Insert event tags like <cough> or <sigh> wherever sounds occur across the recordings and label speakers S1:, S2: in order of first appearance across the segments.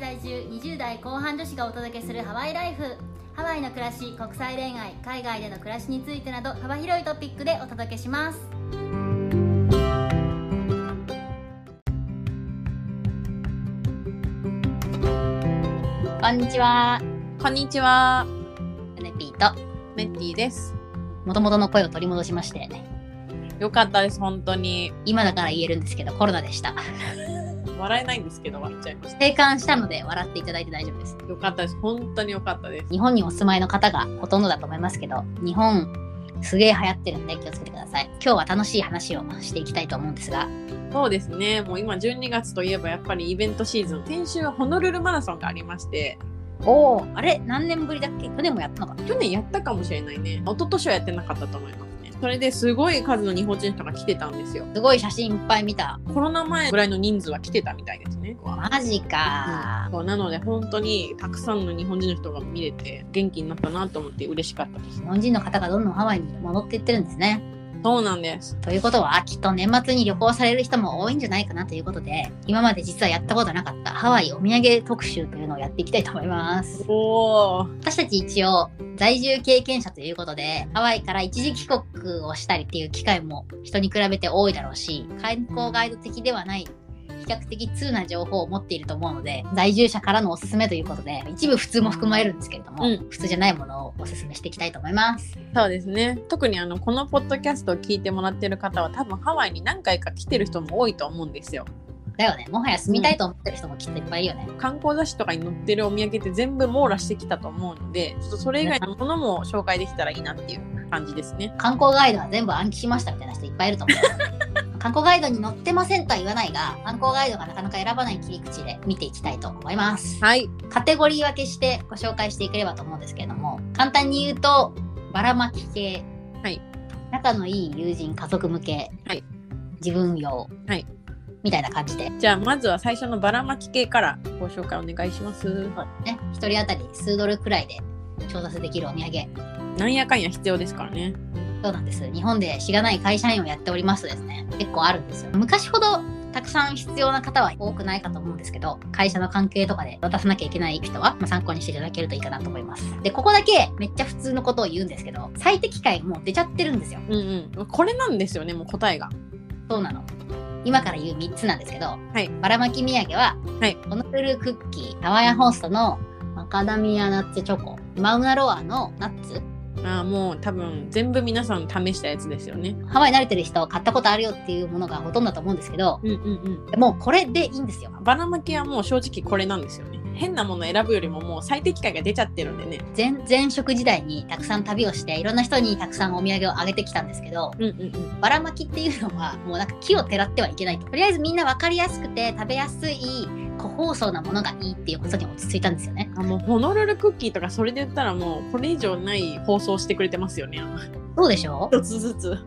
S1: 20代後半女子がお届けするハワイライフハワイの暮らし国際恋愛海外での暮らしについてなど幅広いトピックでお届けしますこんにちは
S2: こんにちは、
S1: ヨネピーと
S2: メッティです。
S1: 元々の声を取り戻しまして
S2: よかったです、本当に。
S1: 今だから言えるんですけどコロナでした
S2: 笑えないんですけど、笑っちゃいまし
S1: 閉館したので笑っていただいて大丈夫です
S2: た。よかったです、本当によかったです。
S1: 日本にお住まいの方がほとんどだと思いますけど日本すげえ流行ってるんで気をつけてください今日は楽しい話をしていきたいと思うんですが
S2: そうですね、もう今12月といえばやっぱりイベントシーズン。先週はホノルルマラソンがありまして、
S1: おおあれ何年ぶりだっけ去年もやったのかな
S2: 去年やったかもしれないね。一昨年はやってなかったと思いますね。それですごい数の日本人とか来てたんですよ。
S1: すごい写真いっぱい見た
S2: コロナ前ぐらいの人数は来てたみたいですね。
S1: マジか
S2: そうなので本当にたくさんの日本人の人が見れて元気になったなと思って嬉しかったです
S1: 日。本人の方がどんどんハワイに戻っていってるんですね
S2: そうなんです。
S1: ということはきっと年末に旅行される人も多いんじゃないかなということで今まで実はやったことなかったハワイお土産特集というのをやっていきたいと思います
S2: おお、
S1: 私たち一応在住経験者ということでハワイから一時帰国をしたりっていう機会も人に比べて多いだろうし観光ガイド的ではない比較的通な情報を持っていると思うので在住者からのおすすめということで一部普通も含まれるんですけれども、
S2: うん
S1: 普通じゃないものをおすすめしていきたいと思います
S2: そうですね。特にあのこのポッドキャストを聞いてもらってる方は多分ハワイに何回か来てる人も多いと思うんですよ。
S1: だよねもはや住みたいと思ってる人もきっといっぱいいるよね、
S2: 観光雑誌とかに載ってるお土産って全部網羅してきたと思うので、ちょっとそれ以外のものも紹介できたらいいなっていう感じですね。
S1: 観光ガイドは全部暗記しましたみたいな人いっぱいいると思う <laughs> 観光ガイドに載ってませんとは言わないが観光ガイドがなかなか選ばない切り口で見ていきたいと思います
S2: はい。
S1: カテゴリー分けしてご紹介していければと思うんですけれども簡単に言うとばらまき系、
S2: はい
S1: 仲のいい友人家族向け、
S2: はい
S1: 自分用、
S2: はい
S1: みたいな感じで、
S2: じゃあまずは最初のばらまき系からご紹介お願いします。
S1: ね、1人当たり数ドルくらいで調達できるお土産
S2: なんやかんや必要ですからね。
S1: そうなんです日本でしがない会社員をやっておりますとですね結構あるんですよ昔ほどたくさん必要な方は多くないかと思うんですけど会社の関係とかで渡さなきゃいけない人は、まあ、参考にしていただけるといいかなと思いますでここだけめっちゃ普通のことを言うんですけど最適解もう出ちゃってるんですよ
S2: うんうん。これなんですよね、もう答えが。
S1: そうなの。今から言う3つなんですけど、
S2: い
S1: ばらまき土産は、
S2: はい
S1: ホノルルクッキー、ハワイアンホーストのマカダミアナッツチョコ、マウナロアのナッツ、
S2: ああ、もう多分全部皆さん試したやつですよね。
S1: ハワイ慣れてる人買ったことあるよっていうものがほとんどだと思うんですけど、
S2: うんうんうん。
S1: もうこれでいいんですよ。
S2: ばらまきはもう正直これなんですよね変なものを選ぶよりももう最適解が出ちゃってるんでね
S1: 前前職時代にたくさん旅をして、いろんな人にたくさんお土産をあげてきたんですけど、
S2: うんうんうん
S1: ばらまきっていうのはもうなんか木をてらってはいけないと。とりあえずみんな分かりやすくて食べやすい、個包装なものがいいっていうことに落ち着いたんですよね。
S2: あもうホノルルクッキーとかそれで言ったらもうこれ以上ない放送してくれてますよね
S1: どうでしょう
S2: 一つずつ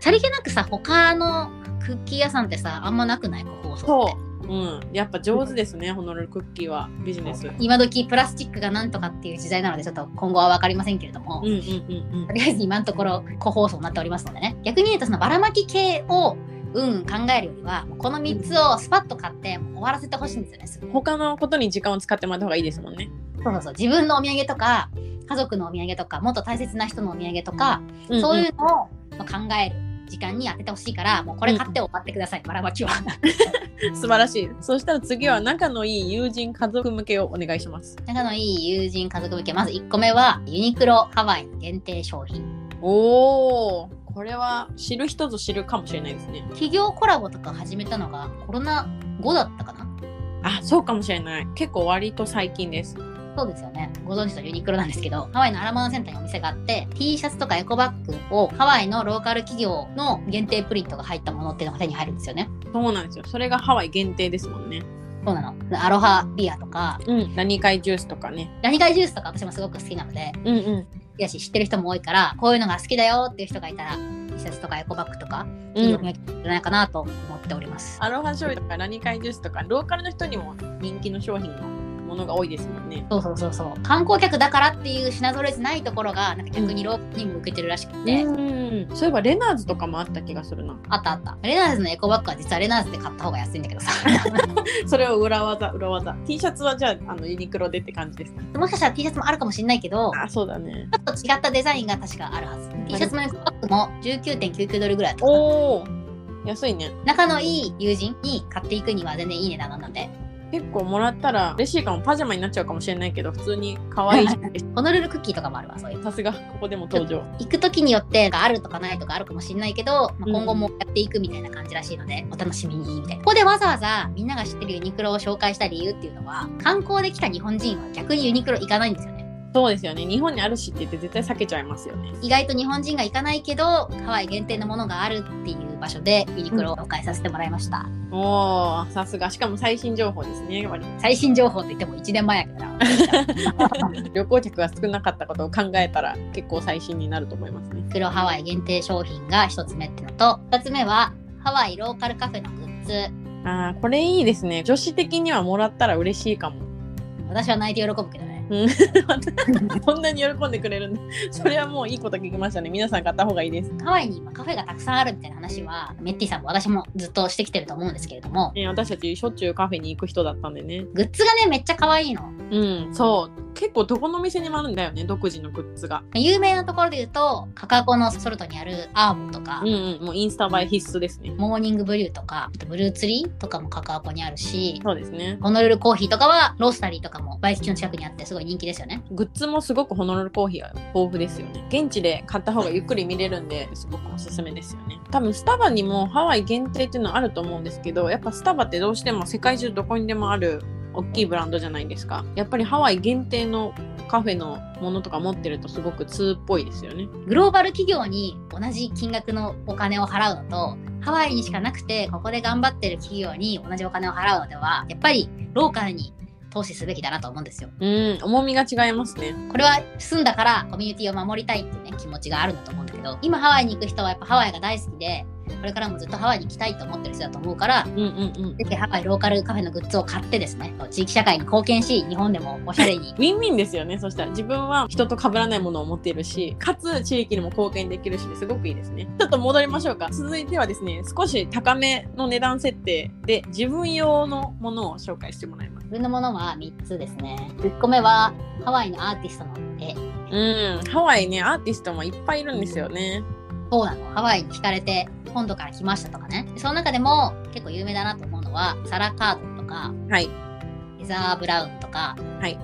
S1: さりげなくさ他のクッキー屋さんってさあんまなくない個包装って
S2: そううんやっぱ上手ですねホノルルクッキーはビジネスうん
S1: 今時プラスチックがなんとかっていう時代なのでちょっと今後は分かりませんけれども、
S2: うんうん
S1: とりあえず今のところ個包装になっておりますのでね逆に言うとそのばらまき系をうんうん考えるよりはもうこの3つをスパッと買ってもう終わらせてほしいんですよねす
S2: う
S1: ぐ
S2: ん他のことに時間を使ってもらった方がいいですもんね
S1: そうそうそう自分のお土産とか家族のお土産とかもっと大切な人のお土産とか、
S2: うんん
S1: そういうのをまあ考える時間に当ててほしいからもうこれ買って終わってください、ばらまきは
S2: <laughs> 素晴らしいそしたら次は仲のいい友人家族向けをお願いします
S1: 仲のいい友人家族向けまず1個目はユニクロハワイの限定商品
S2: おおこれは知る人ぞ知るかもしれないですね
S1: 企業コラボとか始めたのがコロナ後だったかな
S2: あそうかもしれない結構割と最近です
S1: そうですよねご存知のユニクロなんですけどハワイのアラモアナセンターにお店があって T シャツとかエコバッグをハワイのローカル企業の限定プリントが入ったものっていうのが手に入るんですよね
S2: そうなんですよそれがハワイ限定ですもんね
S1: そうなのアロハビアとか
S2: うん何回ジュースとかね
S1: ラニガイジュースとか私もすごく好きなので
S2: うんうん
S1: 好きだし知ってる人も多いからこういうのが好きだよっていう人がいたら T シャツとかエコバッグとか
S2: う
S1: 企業
S2: ん、
S1: にじゃないかなと思っております、
S2: アロハ醤油とか何回ジュースとかローカルの人にも人気の商品のもものが多いですもんね。
S1: そうそうそうそう観光客だからっていう品揃えじゃないところがなんか逆にロープにも受けてるらしくて、
S2: うん、そういえばレナーズとかもあった気がするな。
S1: あったあったレナーズのエコバッグは実はレナーズで買った方が安いんだけどさ
S2: それを裏技、裏技。T シャツはじゃあ、あのユニクロでって感じですか。
S1: もしかしたら T シャツもあるかもしれないけど
S2: あ、そうだね。
S1: ちょっと違ったデザインが確かあるはず T シャツのエコバッグも19.99ドルぐらいだったかな
S2: おお、安いね。
S1: 仲のいい友人に買っていくには全然いい値段なので
S2: 結構もらったら嬉しいかも。パジャマになっちゃうかもしれないけど、普通に可愛いし。
S1: ホノルルクッキーとかもあるわそういう
S2: さすが、ここでも登場。
S1: 行く時によってあるとかないとかあるかもしれないけど、まあ
S2: うん
S1: 今後もやっていくみたいな感じらしいので、お楽しみにみたいなここでわざわざみんなが知ってるユニクロを紹介した理由っていうのは観光で来た日本人は逆にユニクロ行かないんですよね
S2: そうですよね。日本にあるしって言って絶対避けちゃいますよね。
S1: 意外と日本人が行かないけどハワイ限定のものがあるっていう場所でユニクロを紹介させてもらいました、
S2: おお、さすが。しかも最新情報ですね。割と
S1: 最新情報って言っても1年前やけどな
S2: <laughs> 旅行客が少なかったことを考えたら結構最新になると思いますね。
S1: 黒ハワイ限定商品が1つ目ってのと2つ目はハワイローカルカフェのグッズ
S2: ああ、これいいですね。女子的にはもらったら嬉しいかも。 <laughs>
S1: 私は泣いて喜ぶけどね
S2: うんこんなに喜んでくれるんだ。それはもういいこと聞きましたね。皆さん買った方がいいです。
S1: ハワイに今カフェがたくさんあるみたいな話はメッティさんも私もずっとしてきてると思うんですけれども
S2: ね、私たちしょっちゅうカフェに行く人だったんでね。
S1: グッズがねめっちゃ可愛いの
S2: うん、そう。結構どこの店にもあるんだよね、独自のグッズが。
S1: 有名なところで言うとカカコのソルトにあるアーモとか
S2: うん、うん、もうインスタ映え必須ですね。
S1: モーニングブリューとかあとブルーツリーとかもカカコにあるし
S2: そうですね。
S1: ホノルルコーヒーとかはロースタリーとかもバイキの近くにあってすごい人気ですよね
S2: グッズもすごくホノルルコーヒーは豊富ですよね現地で買った方がゆっくり見れるんですごくおすすめですよね多分スタバにもハワイ限定っていうのあると思うんですけどやっぱスタバってどうしても世界中どこにでもある大きいブランドじゃないですかやっぱりハワイ限定のカフェのものとか持ってるとすごく通っぽいですよね
S1: グローバル企業に同じ金額のお金を払うのとハワイにしかなくてここで頑張ってる企業に同じお金を払うのではやっぱりローカルに投資すべきだなと思うんですよ
S2: うん重みが違いますね
S1: これは住んだからコミュニティを守りたいっていうね気持ちがあるんだと思うんだけど今ハワイに行く人はやっぱハワイが大好きでこれからもずっとハワイに行きたいと思ってる人だと思うから
S2: うんうんうん
S1: ぜひハワイローカルカフェのグッズを買ってですね地域社会に貢献し日本でもおしゃれ
S2: ウ
S1: に
S2: ィンウィンですよねそしたら自分は人と被らないものを持っているしかつ地域にも貢献できるしすごくいいですねちょっと戻りましょうか続いてはですね少し高めの値段設定で自分用のものを紹介してもらいます
S1: 自分のものは3つですね1個目はハワイのアーティストの絵
S2: うんハワイねアーティストもいっぱいいるんですよね
S1: そうなのハワイに惹かれて本土から来ましたとかねその中でも結構有名だなと思うのはサラ・カードンとか
S2: はい
S1: エザー・ブラウンとか、
S2: はい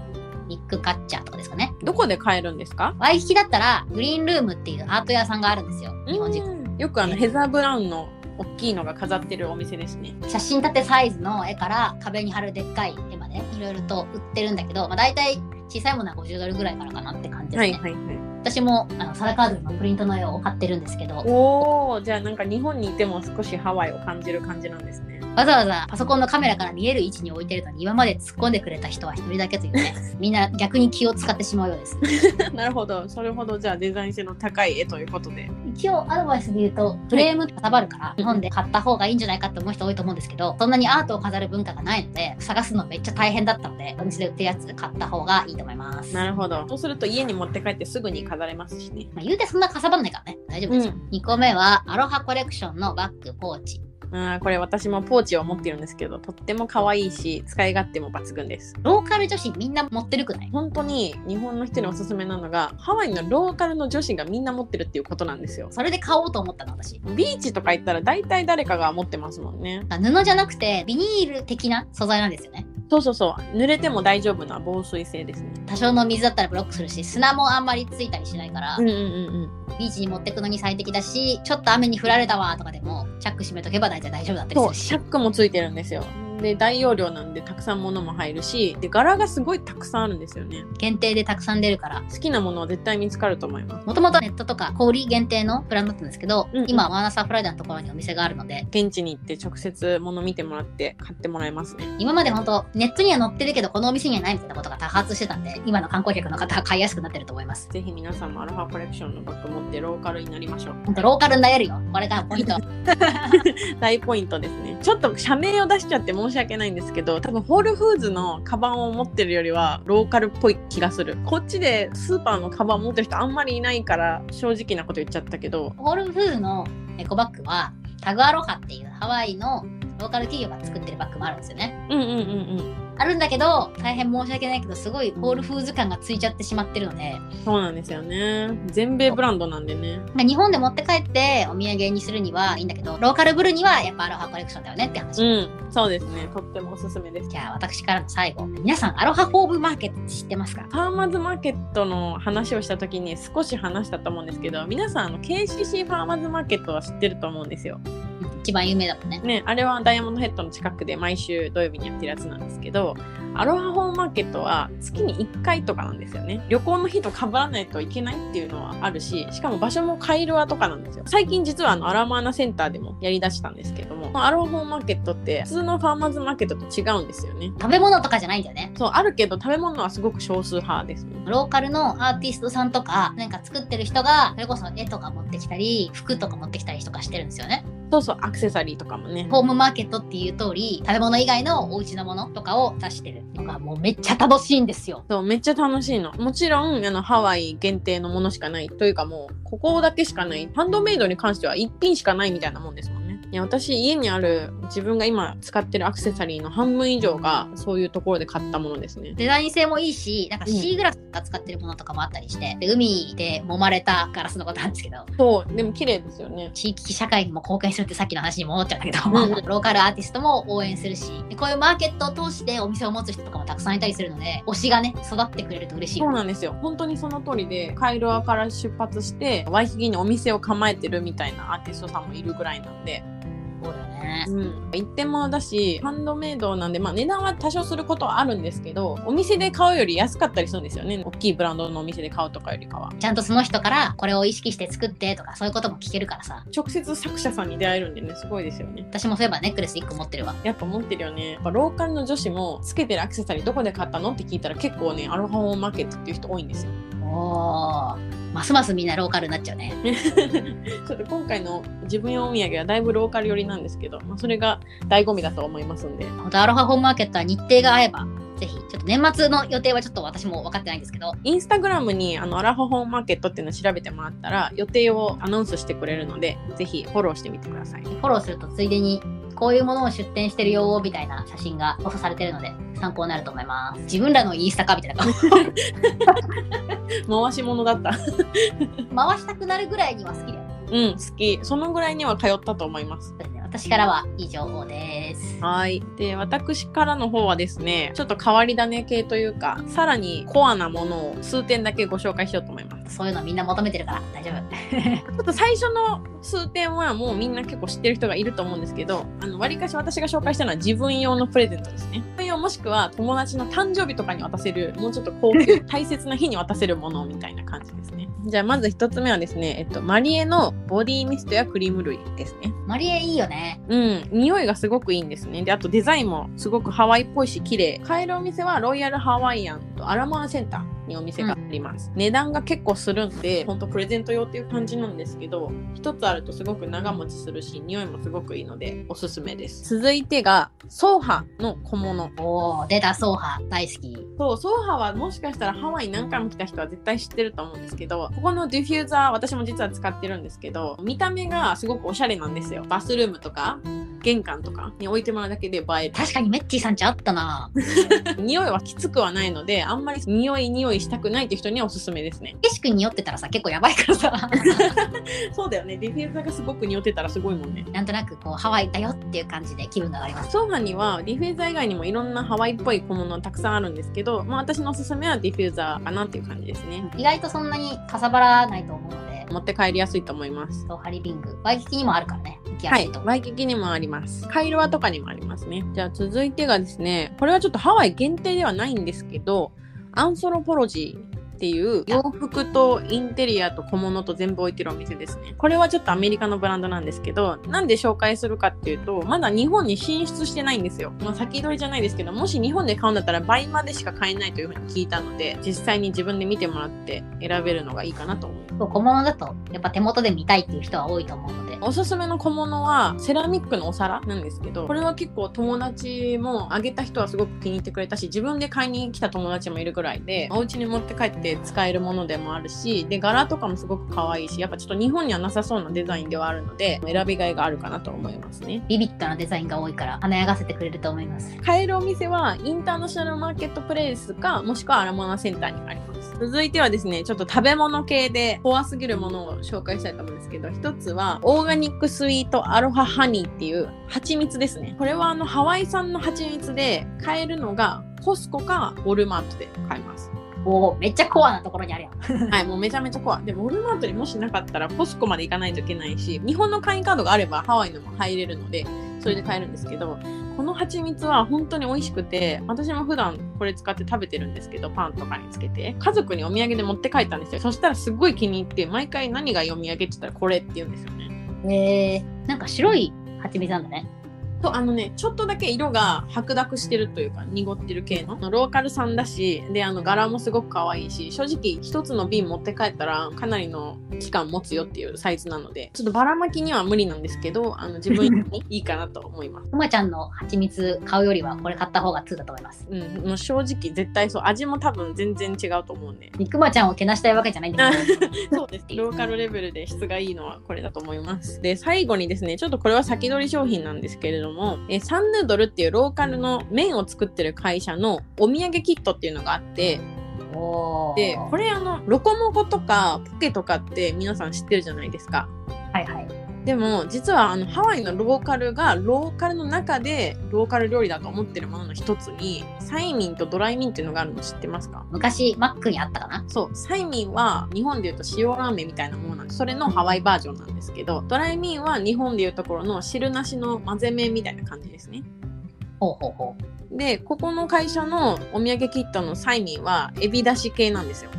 S1: ニック・カッチャーとかですかね
S2: どこで買えるんですか
S1: ワイキキだったらグリーンルームっていうアート屋さんがあるんですよ日本人
S2: うんよくあのヘザー・ブラウンの大きいのが飾ってるお店ですね
S1: 写真立てサイズの絵から壁に貼るでっかい絵までいろいろと売ってるんだけど、まあ、大体小さいものは50ドルぐらいからかなって感じですね、
S2: いはい
S1: 私もあのサラカードのプリントの絵を買ってるんですけどわ
S2: おおじゃあなんか日本にいても少しハワイを感じる感じなんですね <laughs>
S1: ざわざパソコンのカメラから見える位置に置いてるのに今まで突っ込んでくれた人は一人だけというねみんな逆に気を使ってしまうようです
S2: なるほど、それほどじゃあデザイン性の高い絵ということで。
S1: 一応アドバイスで言うとフレームかさばるから日本で買った方がいいんじゃないかって思う人多いと思うんですけどそんなにアートを飾る文化がないので探すのめっちゃ大変だったのでお店で売ってるやつ買った方がいいと思います
S2: なるほど。そうすると家に持って帰ってすぐに飾れますしね。
S1: まあ、言うてそんなかさばんないからね大丈夫ですよ、2個目はアロハコレクションのバッグポーチ
S2: あーこれ私もポーチを持ってるんですけど、とっても可愛いし、使い勝手も抜群です。
S1: ローカル女子みんな持ってるくない
S2: 本当に日本の人におすすめなのが、ハワイのローカルの女子がみんな持ってるっていうことなんですよ。
S1: それで買おうと思ったの私
S2: ビーチとか行ったら大体誰かが持ってますもんね。
S1: あ布じゃなくてビニール的な素材なんですよね
S2: そうそうそう。濡れても大丈夫な防水性ですね。
S1: 多少の水だったらブロックするし砂もあんまりついたりしないから、
S2: うんうんうん。
S1: ビーチに持ってくのに最適だしちょっと雨に降られたわとかでもチャック閉めとけば大体大丈夫だったり
S2: そう、
S1: する
S2: シ
S1: し
S2: ャックもついてるんですよ。で、大容量なんでたくさん物も入るし、で、柄がすごいたくさんあるんですよね。
S1: 限定でたくさん出るから
S2: 好きなものは絶対見つかると思います
S1: もともとネットとか小売限定のブランドだったんですけど、
S2: うんうん
S1: 今ワーナサーフライダーのところにお店があるので
S2: 現地に行って直接物見てもらって買ってもらえますね
S1: 今まで本当ネットには載ってるけどこのお店にはないみたいなことが多発してたんで今の観光客の方は買いやすくなってると思います
S2: ぜひ皆さんもアロハコレクションのバッグ持ってローカルになりましょう
S1: 本当ローカルになれるよこれがポイント
S2: 大ポイントですねちょっと社名を出しちゃって申申し訳ないんですけど多分ホールフーズのカバンを持ってるよりはローカルっぽい気がするこっちでスーパーのカバン持ってる人あんまりいないから正直なこと言っちゃったけど
S1: ホールフーズのエコバッグはタグアロハっていうハワイのローカル企業が作ってるバッグもあるんですよね。
S2: うんうんうんうん
S1: あるんだけど大変申し訳ないけどすごいホールフーズ感がついちゃってしまってるので
S2: そうなんですよね全米ブランドなんでね
S1: まあ日本で持って帰ってお土産にするにはいいんだけどローカルブルにはやっぱアロハコレクションだよねって話。
S2: うんそうですねとってもおすすめです
S1: じゃあ私からの最後皆さんアロハホームマーケットって知ってますか
S2: ファーマーズマーケットの話をした時に少し話したと思うんですけど皆さんあの KCC ファーマーズマーケットは知ってると思うんですよ
S1: うん一番有名だもんね。
S2: ね、あれはダイヤモンドヘッドの近くで毎週土曜日にやってるやつなんですけどアロハホームマーケットは月に1回とかなんですよね旅行の日と被らないといけないっていうのはあるししかも場所もカイルアとかなんですよ最近実はあのアラマーナセンターでもやりだしたんですけどもアロハホームマーケットって普通のファーマーズマーケットと違うんですよね
S1: 食べ物とかじゃないんだよね。
S2: そうあるけど食べ物はすごく少数派ですね
S1: ローカルのアーティストさんとか、なんか作ってる人が、それこそ絵とか持ってきたり、服とか持ってきたりとかしてるんですよね。
S2: そうそうアクセサリーとかもね
S1: ホームマーケットっていう通り、食べ物以外のお家のものとかを出してるのがもうめっちゃ楽しいんですよ。
S2: そうめっちゃ楽しいのもちろんあのハワイ限定のものしかないというかもうここだけしかないハンドメイドに関しては1品しかないみたいなもんですもんねいや私家にある自分が今使ってるアクセサリーの半分以上がそういうところで買ったものですね
S1: デザイン性もいいし、なんかシーグラスが使ってるものとかもあったりして、で海で揉まれたガラスのことなんですけど、
S2: そうでも綺麗ですよね
S1: 地域社会にも貢献するってさっきの話に戻っちゃうんだけど、
S2: うんう
S1: <laughs> ローカルアーティストも応援するし、でこういうマーケットを通してお店を持つ人とかもたくさんいたりするので、推しがね、育ってくれると嬉しい。
S2: そうなんですよ本当にその通りでカイロアから出発してワイヒギにお店を構えてるみたいなアーティストさんもいるぐらいなんで
S1: そうだよね。
S2: うん、一点物だしハンドメイドなんで、まあ、値段は多少することはあるんですけどお店で買うより安かったりするんですよね大きいブランドのお店で買うとかよりかは
S1: ちゃんとその人からこれを意識して作ってとかそういうことも聞けるからさ
S2: 直接作者さんに出会えるんでねすごいですよね
S1: 私もそういえばネックレス1個持ってるわ
S2: やっぱ持ってるよねやっぱローカルの女子もつけてるアクセサリーどこで買ったのって聞いたら結構ねアロハホームマーケットっていう人多いんですよ <laughs>
S1: おーますますみんなローカルになっちゃうね
S2: ちょっと今回の自分用お土産はだいぶローカル寄りなんですけど、まあ、それが醍醐味だと思いますんで
S1: 本当アロハホームマーケットは日程が合えばぜひちょっと年末の予定はちょっと私も分かってないんですけど
S2: インスタグラムにあのアラホホームマーケットっていうのを調べてもらったら予定をアナウンスしてくれるのでぜひフォローしてみてください
S1: フォローするとついでにこういうものを出展してるよみたいな写真が放送されてるので参考になると思います自分らのインスタかみたいな
S2: 回し物だった <laughs>
S1: 回したくなるぐらいには好きだよね
S2: うん好きそのぐらいには通ったと思います
S1: そうですね私からは以上です
S2: はいで私からの方はですねちょっと変わり種系というかさらにコアなものを数点だけご紹介しようと思います
S1: そういうのみんな求めてるから大丈夫
S2: ちょっと最初の数点はもうみんな結構知ってる人がいると思うんですけど、あの、割かし私が紹介したのは自分用のプレゼントですね。自分用もしくは友達の誕生日とかに渡せる、もうちょっと高級、大切な日に渡せるものみたいな感じですね。じゃあまず一つ目はですね、えっと、マリエのボディミストやクリーム類ですね。
S1: マリエいいよね
S2: うん、匂いがすごくいいんですね。で、あとデザインもすごくハワイっぽいし綺麗。買えるお店はロイヤルハワイアンとアラモアセンターにお店があります。値段が結構するんで、ほんとプレゼント用っていう感じなんですけど、一つあるとすごく長持ちするし、匂いもすごくいいのでおすすめです。続いてが、ソーハの小物。
S1: おー出たソーハ大好き
S2: そう、ソーハはもしかしたらハワイ何回も来た人は絶対知ってると思うんですけど、ここのディフューザー、私も実は使ってるんですけど、見た目がすごくおしゃれなんですよ。バスルームとか、玄関とかに置いてもらうだけで映える。
S1: 確かにメッチーさんちあったな
S2: <laughs> 匂いはきつくはないので、あんまり匂い匂いしたくないって人にはおすすめですね。
S1: 景色に酔ってたらさ結構やばいからさ
S2: そうだよね、ディフューザーがすごく匂ってたらすごいもんね。
S1: なんとなくこうハワイだよっていう感じで気分が上がります
S2: ソーハにはディフューザー以外にもいろんなハワイっぽい小物たくさんあるんですけど、まあ私のおすすめはディフューザーかなっていう感じですね。
S1: 意外とそんなにかさばらないと思うので
S2: 持って帰りやすいと思います。
S1: ソーハリビングワイキキにもあるからね行きや
S2: は
S1: す
S2: い
S1: いと、思う、
S2: ワイキキにもあります。カイロワとかにもありますね。じゃあ続いてがですね、これはちょっとハワイ限定ではないんですけど、アンソロポロジー。っていう洋服とインテリアと小物と全部置いてるお店ですね。これはちょっとアメリカのブランドなんですけど、なんで紹介するかっていうと、まだ日本に進出してないんですよ。まあ先取りじゃないですけど、もし日本で買うんだったら倍までしか買えないというふうに聞いたので、実際に自分で見てもらって選べるのがいいかなと思います。
S1: そう小物だとやっぱ手元で見たいっていう人は多いと思うので
S2: おすすめの小物はセラミックのお皿なんですけどこれは結構友達もあげた人はすごく気に入ってくれたし自分で買いに来た友達もいるぐらいでお家に持って帰って使えるものでもあるしで柄とかもすごく可愛いしやっぱちょっと日本にはなさそうなデザインではあるので選びがいがあるかなと思いますね。
S1: ビビッドなデザインが多いから華やがせてくれると思います
S2: 買えるお店はインターナショナルマーケットプレイスかもしくはアラモアナセンターにあります続いてはですねちょっと食べ物系で怖すぎるものを紹介したいと思うんですけど一つはオーガニックスイートアロハハニーっていう蜂蜜ですねこれはあのハワイ産の蜂蜜で買えるのがコスコかウォルマートで買えます。
S1: おおめっちゃコアなところにあるやん
S2: はい、もうめちゃめちゃ怖い。でも、ウォルマートにもしなかったら、コスコまで行かないといけないし、日本の会員カードがあれば、ハワイのも入れるので、それで買えるんですけど、この蜂蜜は本当に美味しくて、私も普段これ使って食べてるんですけど、パンとかにつけて、家族にお土産で持って帰ったんですよ。そしたらすごい気に入って、毎回何がお土産って言ったら、これって言うんですよね。
S1: へえー、なんか白い蜂蜜なんだね。
S2: そうあのねちょっとだけ色が白濁してるというか濁ってる系のローカル産だしであの柄もすごく可愛いし正直一つの瓶持って帰ったらかなりの期間持つよっていうサイズなのでちょっとばらまきには無理なんですけどあの自分にいいかなと思います。
S1: うまちゃんの蜂蜜買うよりはこれ買った方が通だと思います。
S2: うん、もう正直絶対そう味も多分全然違うと思うんで
S1: 肉まちゃんをけなしたいわけじゃないんだけど。
S2: そうですローカルレベルで質がいいのはこれだと思いますで最後にですねちょっとこれは先取り商品なんですけれどもえーサンヌードルっていうローカルの麺を作ってる会社のお土産キットっていうのがあって
S1: おお。
S2: でこれあのロコモコとかポケとかって皆さん知ってるじゃないですか
S1: はいはい。
S2: でも実はあのハワイのローカルがローカルの中でローカル料理だと思ってるものの一つにサイミンとドライミンっていうのがあるの知ってますか
S1: 昔マックにあったかな。
S2: そうサイミンは日本でいうと塩ラーメンみたいなものなんですそれのハワイバージョンなんですけどドライミンは日本でいうところの汁なしの混ぜ麺みたいな感じですね
S1: ほうほうほう。
S2: でここの会社のお土産キットのサイミンはエビだし系なんですよ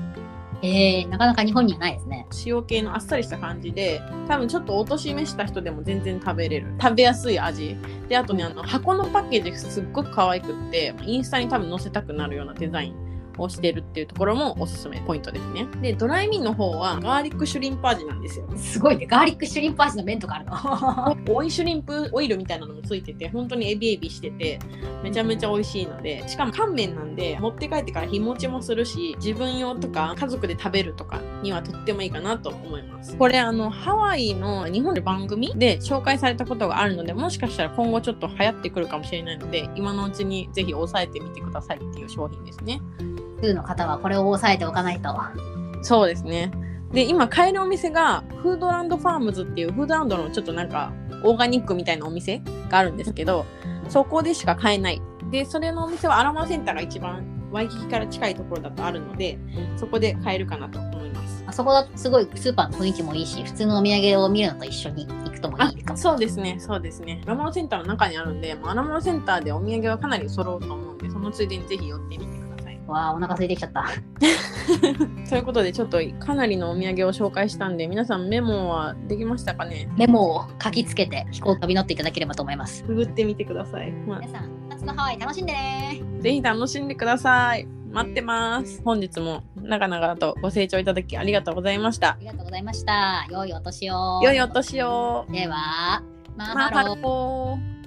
S1: えー、なかなか日本にはないですね。
S2: 塩系のあっさりした感じで多分ちょっとおとしめした人でも全然食べれる食べやすい味であとねあの箱のパッケージすっごく可愛くってインスタに多分載せたくなるようなデザインをしてるっていうところもおすすめポイントですねでドライミンの方はガーリックシュリンプ味なんですよ
S1: すごいね。ガーリックシュリンプ味の麺とかあるの。 <laughs>
S2: <laughs> オイシュリンプオイルみたいなのもついてて本当にエビエビしててめちゃめちゃ美味しいのでしかも乾麺なんで持って帰ってから日持ちもするし自分用とか家族で食べるとかにはとってもいいかなと思いますこれあのハワイの日本で番組で紹介されたことがあるのでもしかしたら今後ちょっと流行ってくるかもしれないので今のうちにぜひ押さえてみてくださいっていう商品ですね
S1: 通の方はこれを押さえておかないと。
S2: そうですね。で、今買えるお店が、フードランドファームズっていうフードランドのちょっとなんか、オーガニックみたいなお店があるんですけど、そこでしか買えない。で、それのお店はアラマセンターが一番、ワイキキから近いところだとあるので、そこで買えるかなと思います。
S1: あそこだとすごいスーパーの雰囲気もいいし、普通のお土産を見るのと一緒に行くともい
S2: あ
S1: いかも。
S2: そうですね、そうですね。アラマセンターの中にあるんで、まあアラマセンターでお土産はかなり揃うと思うんで、そのついでにぜひ寄ってみてください。
S1: わあ、お腹空いてきちゃった。 <laughs>
S2: ということで、ちょっとかなりのお土産を紹介したんで、皆さんメモはできましたかね
S1: メモを書きつけて飛行機飛び乗っていただければと思います。
S2: くぐってみてください。まあ
S1: 皆さん、夏のハワイ楽しんでね
S2: ぜひ楽しんでください。待ってます。本日も長々とご清聴いただきありがとうございました
S1: あ。りがとうございました。良いお年を。
S2: 良いお年を。
S1: では、マ
S2: マ
S1: ハロ
S2: ハ
S1: ー。
S2: ロー。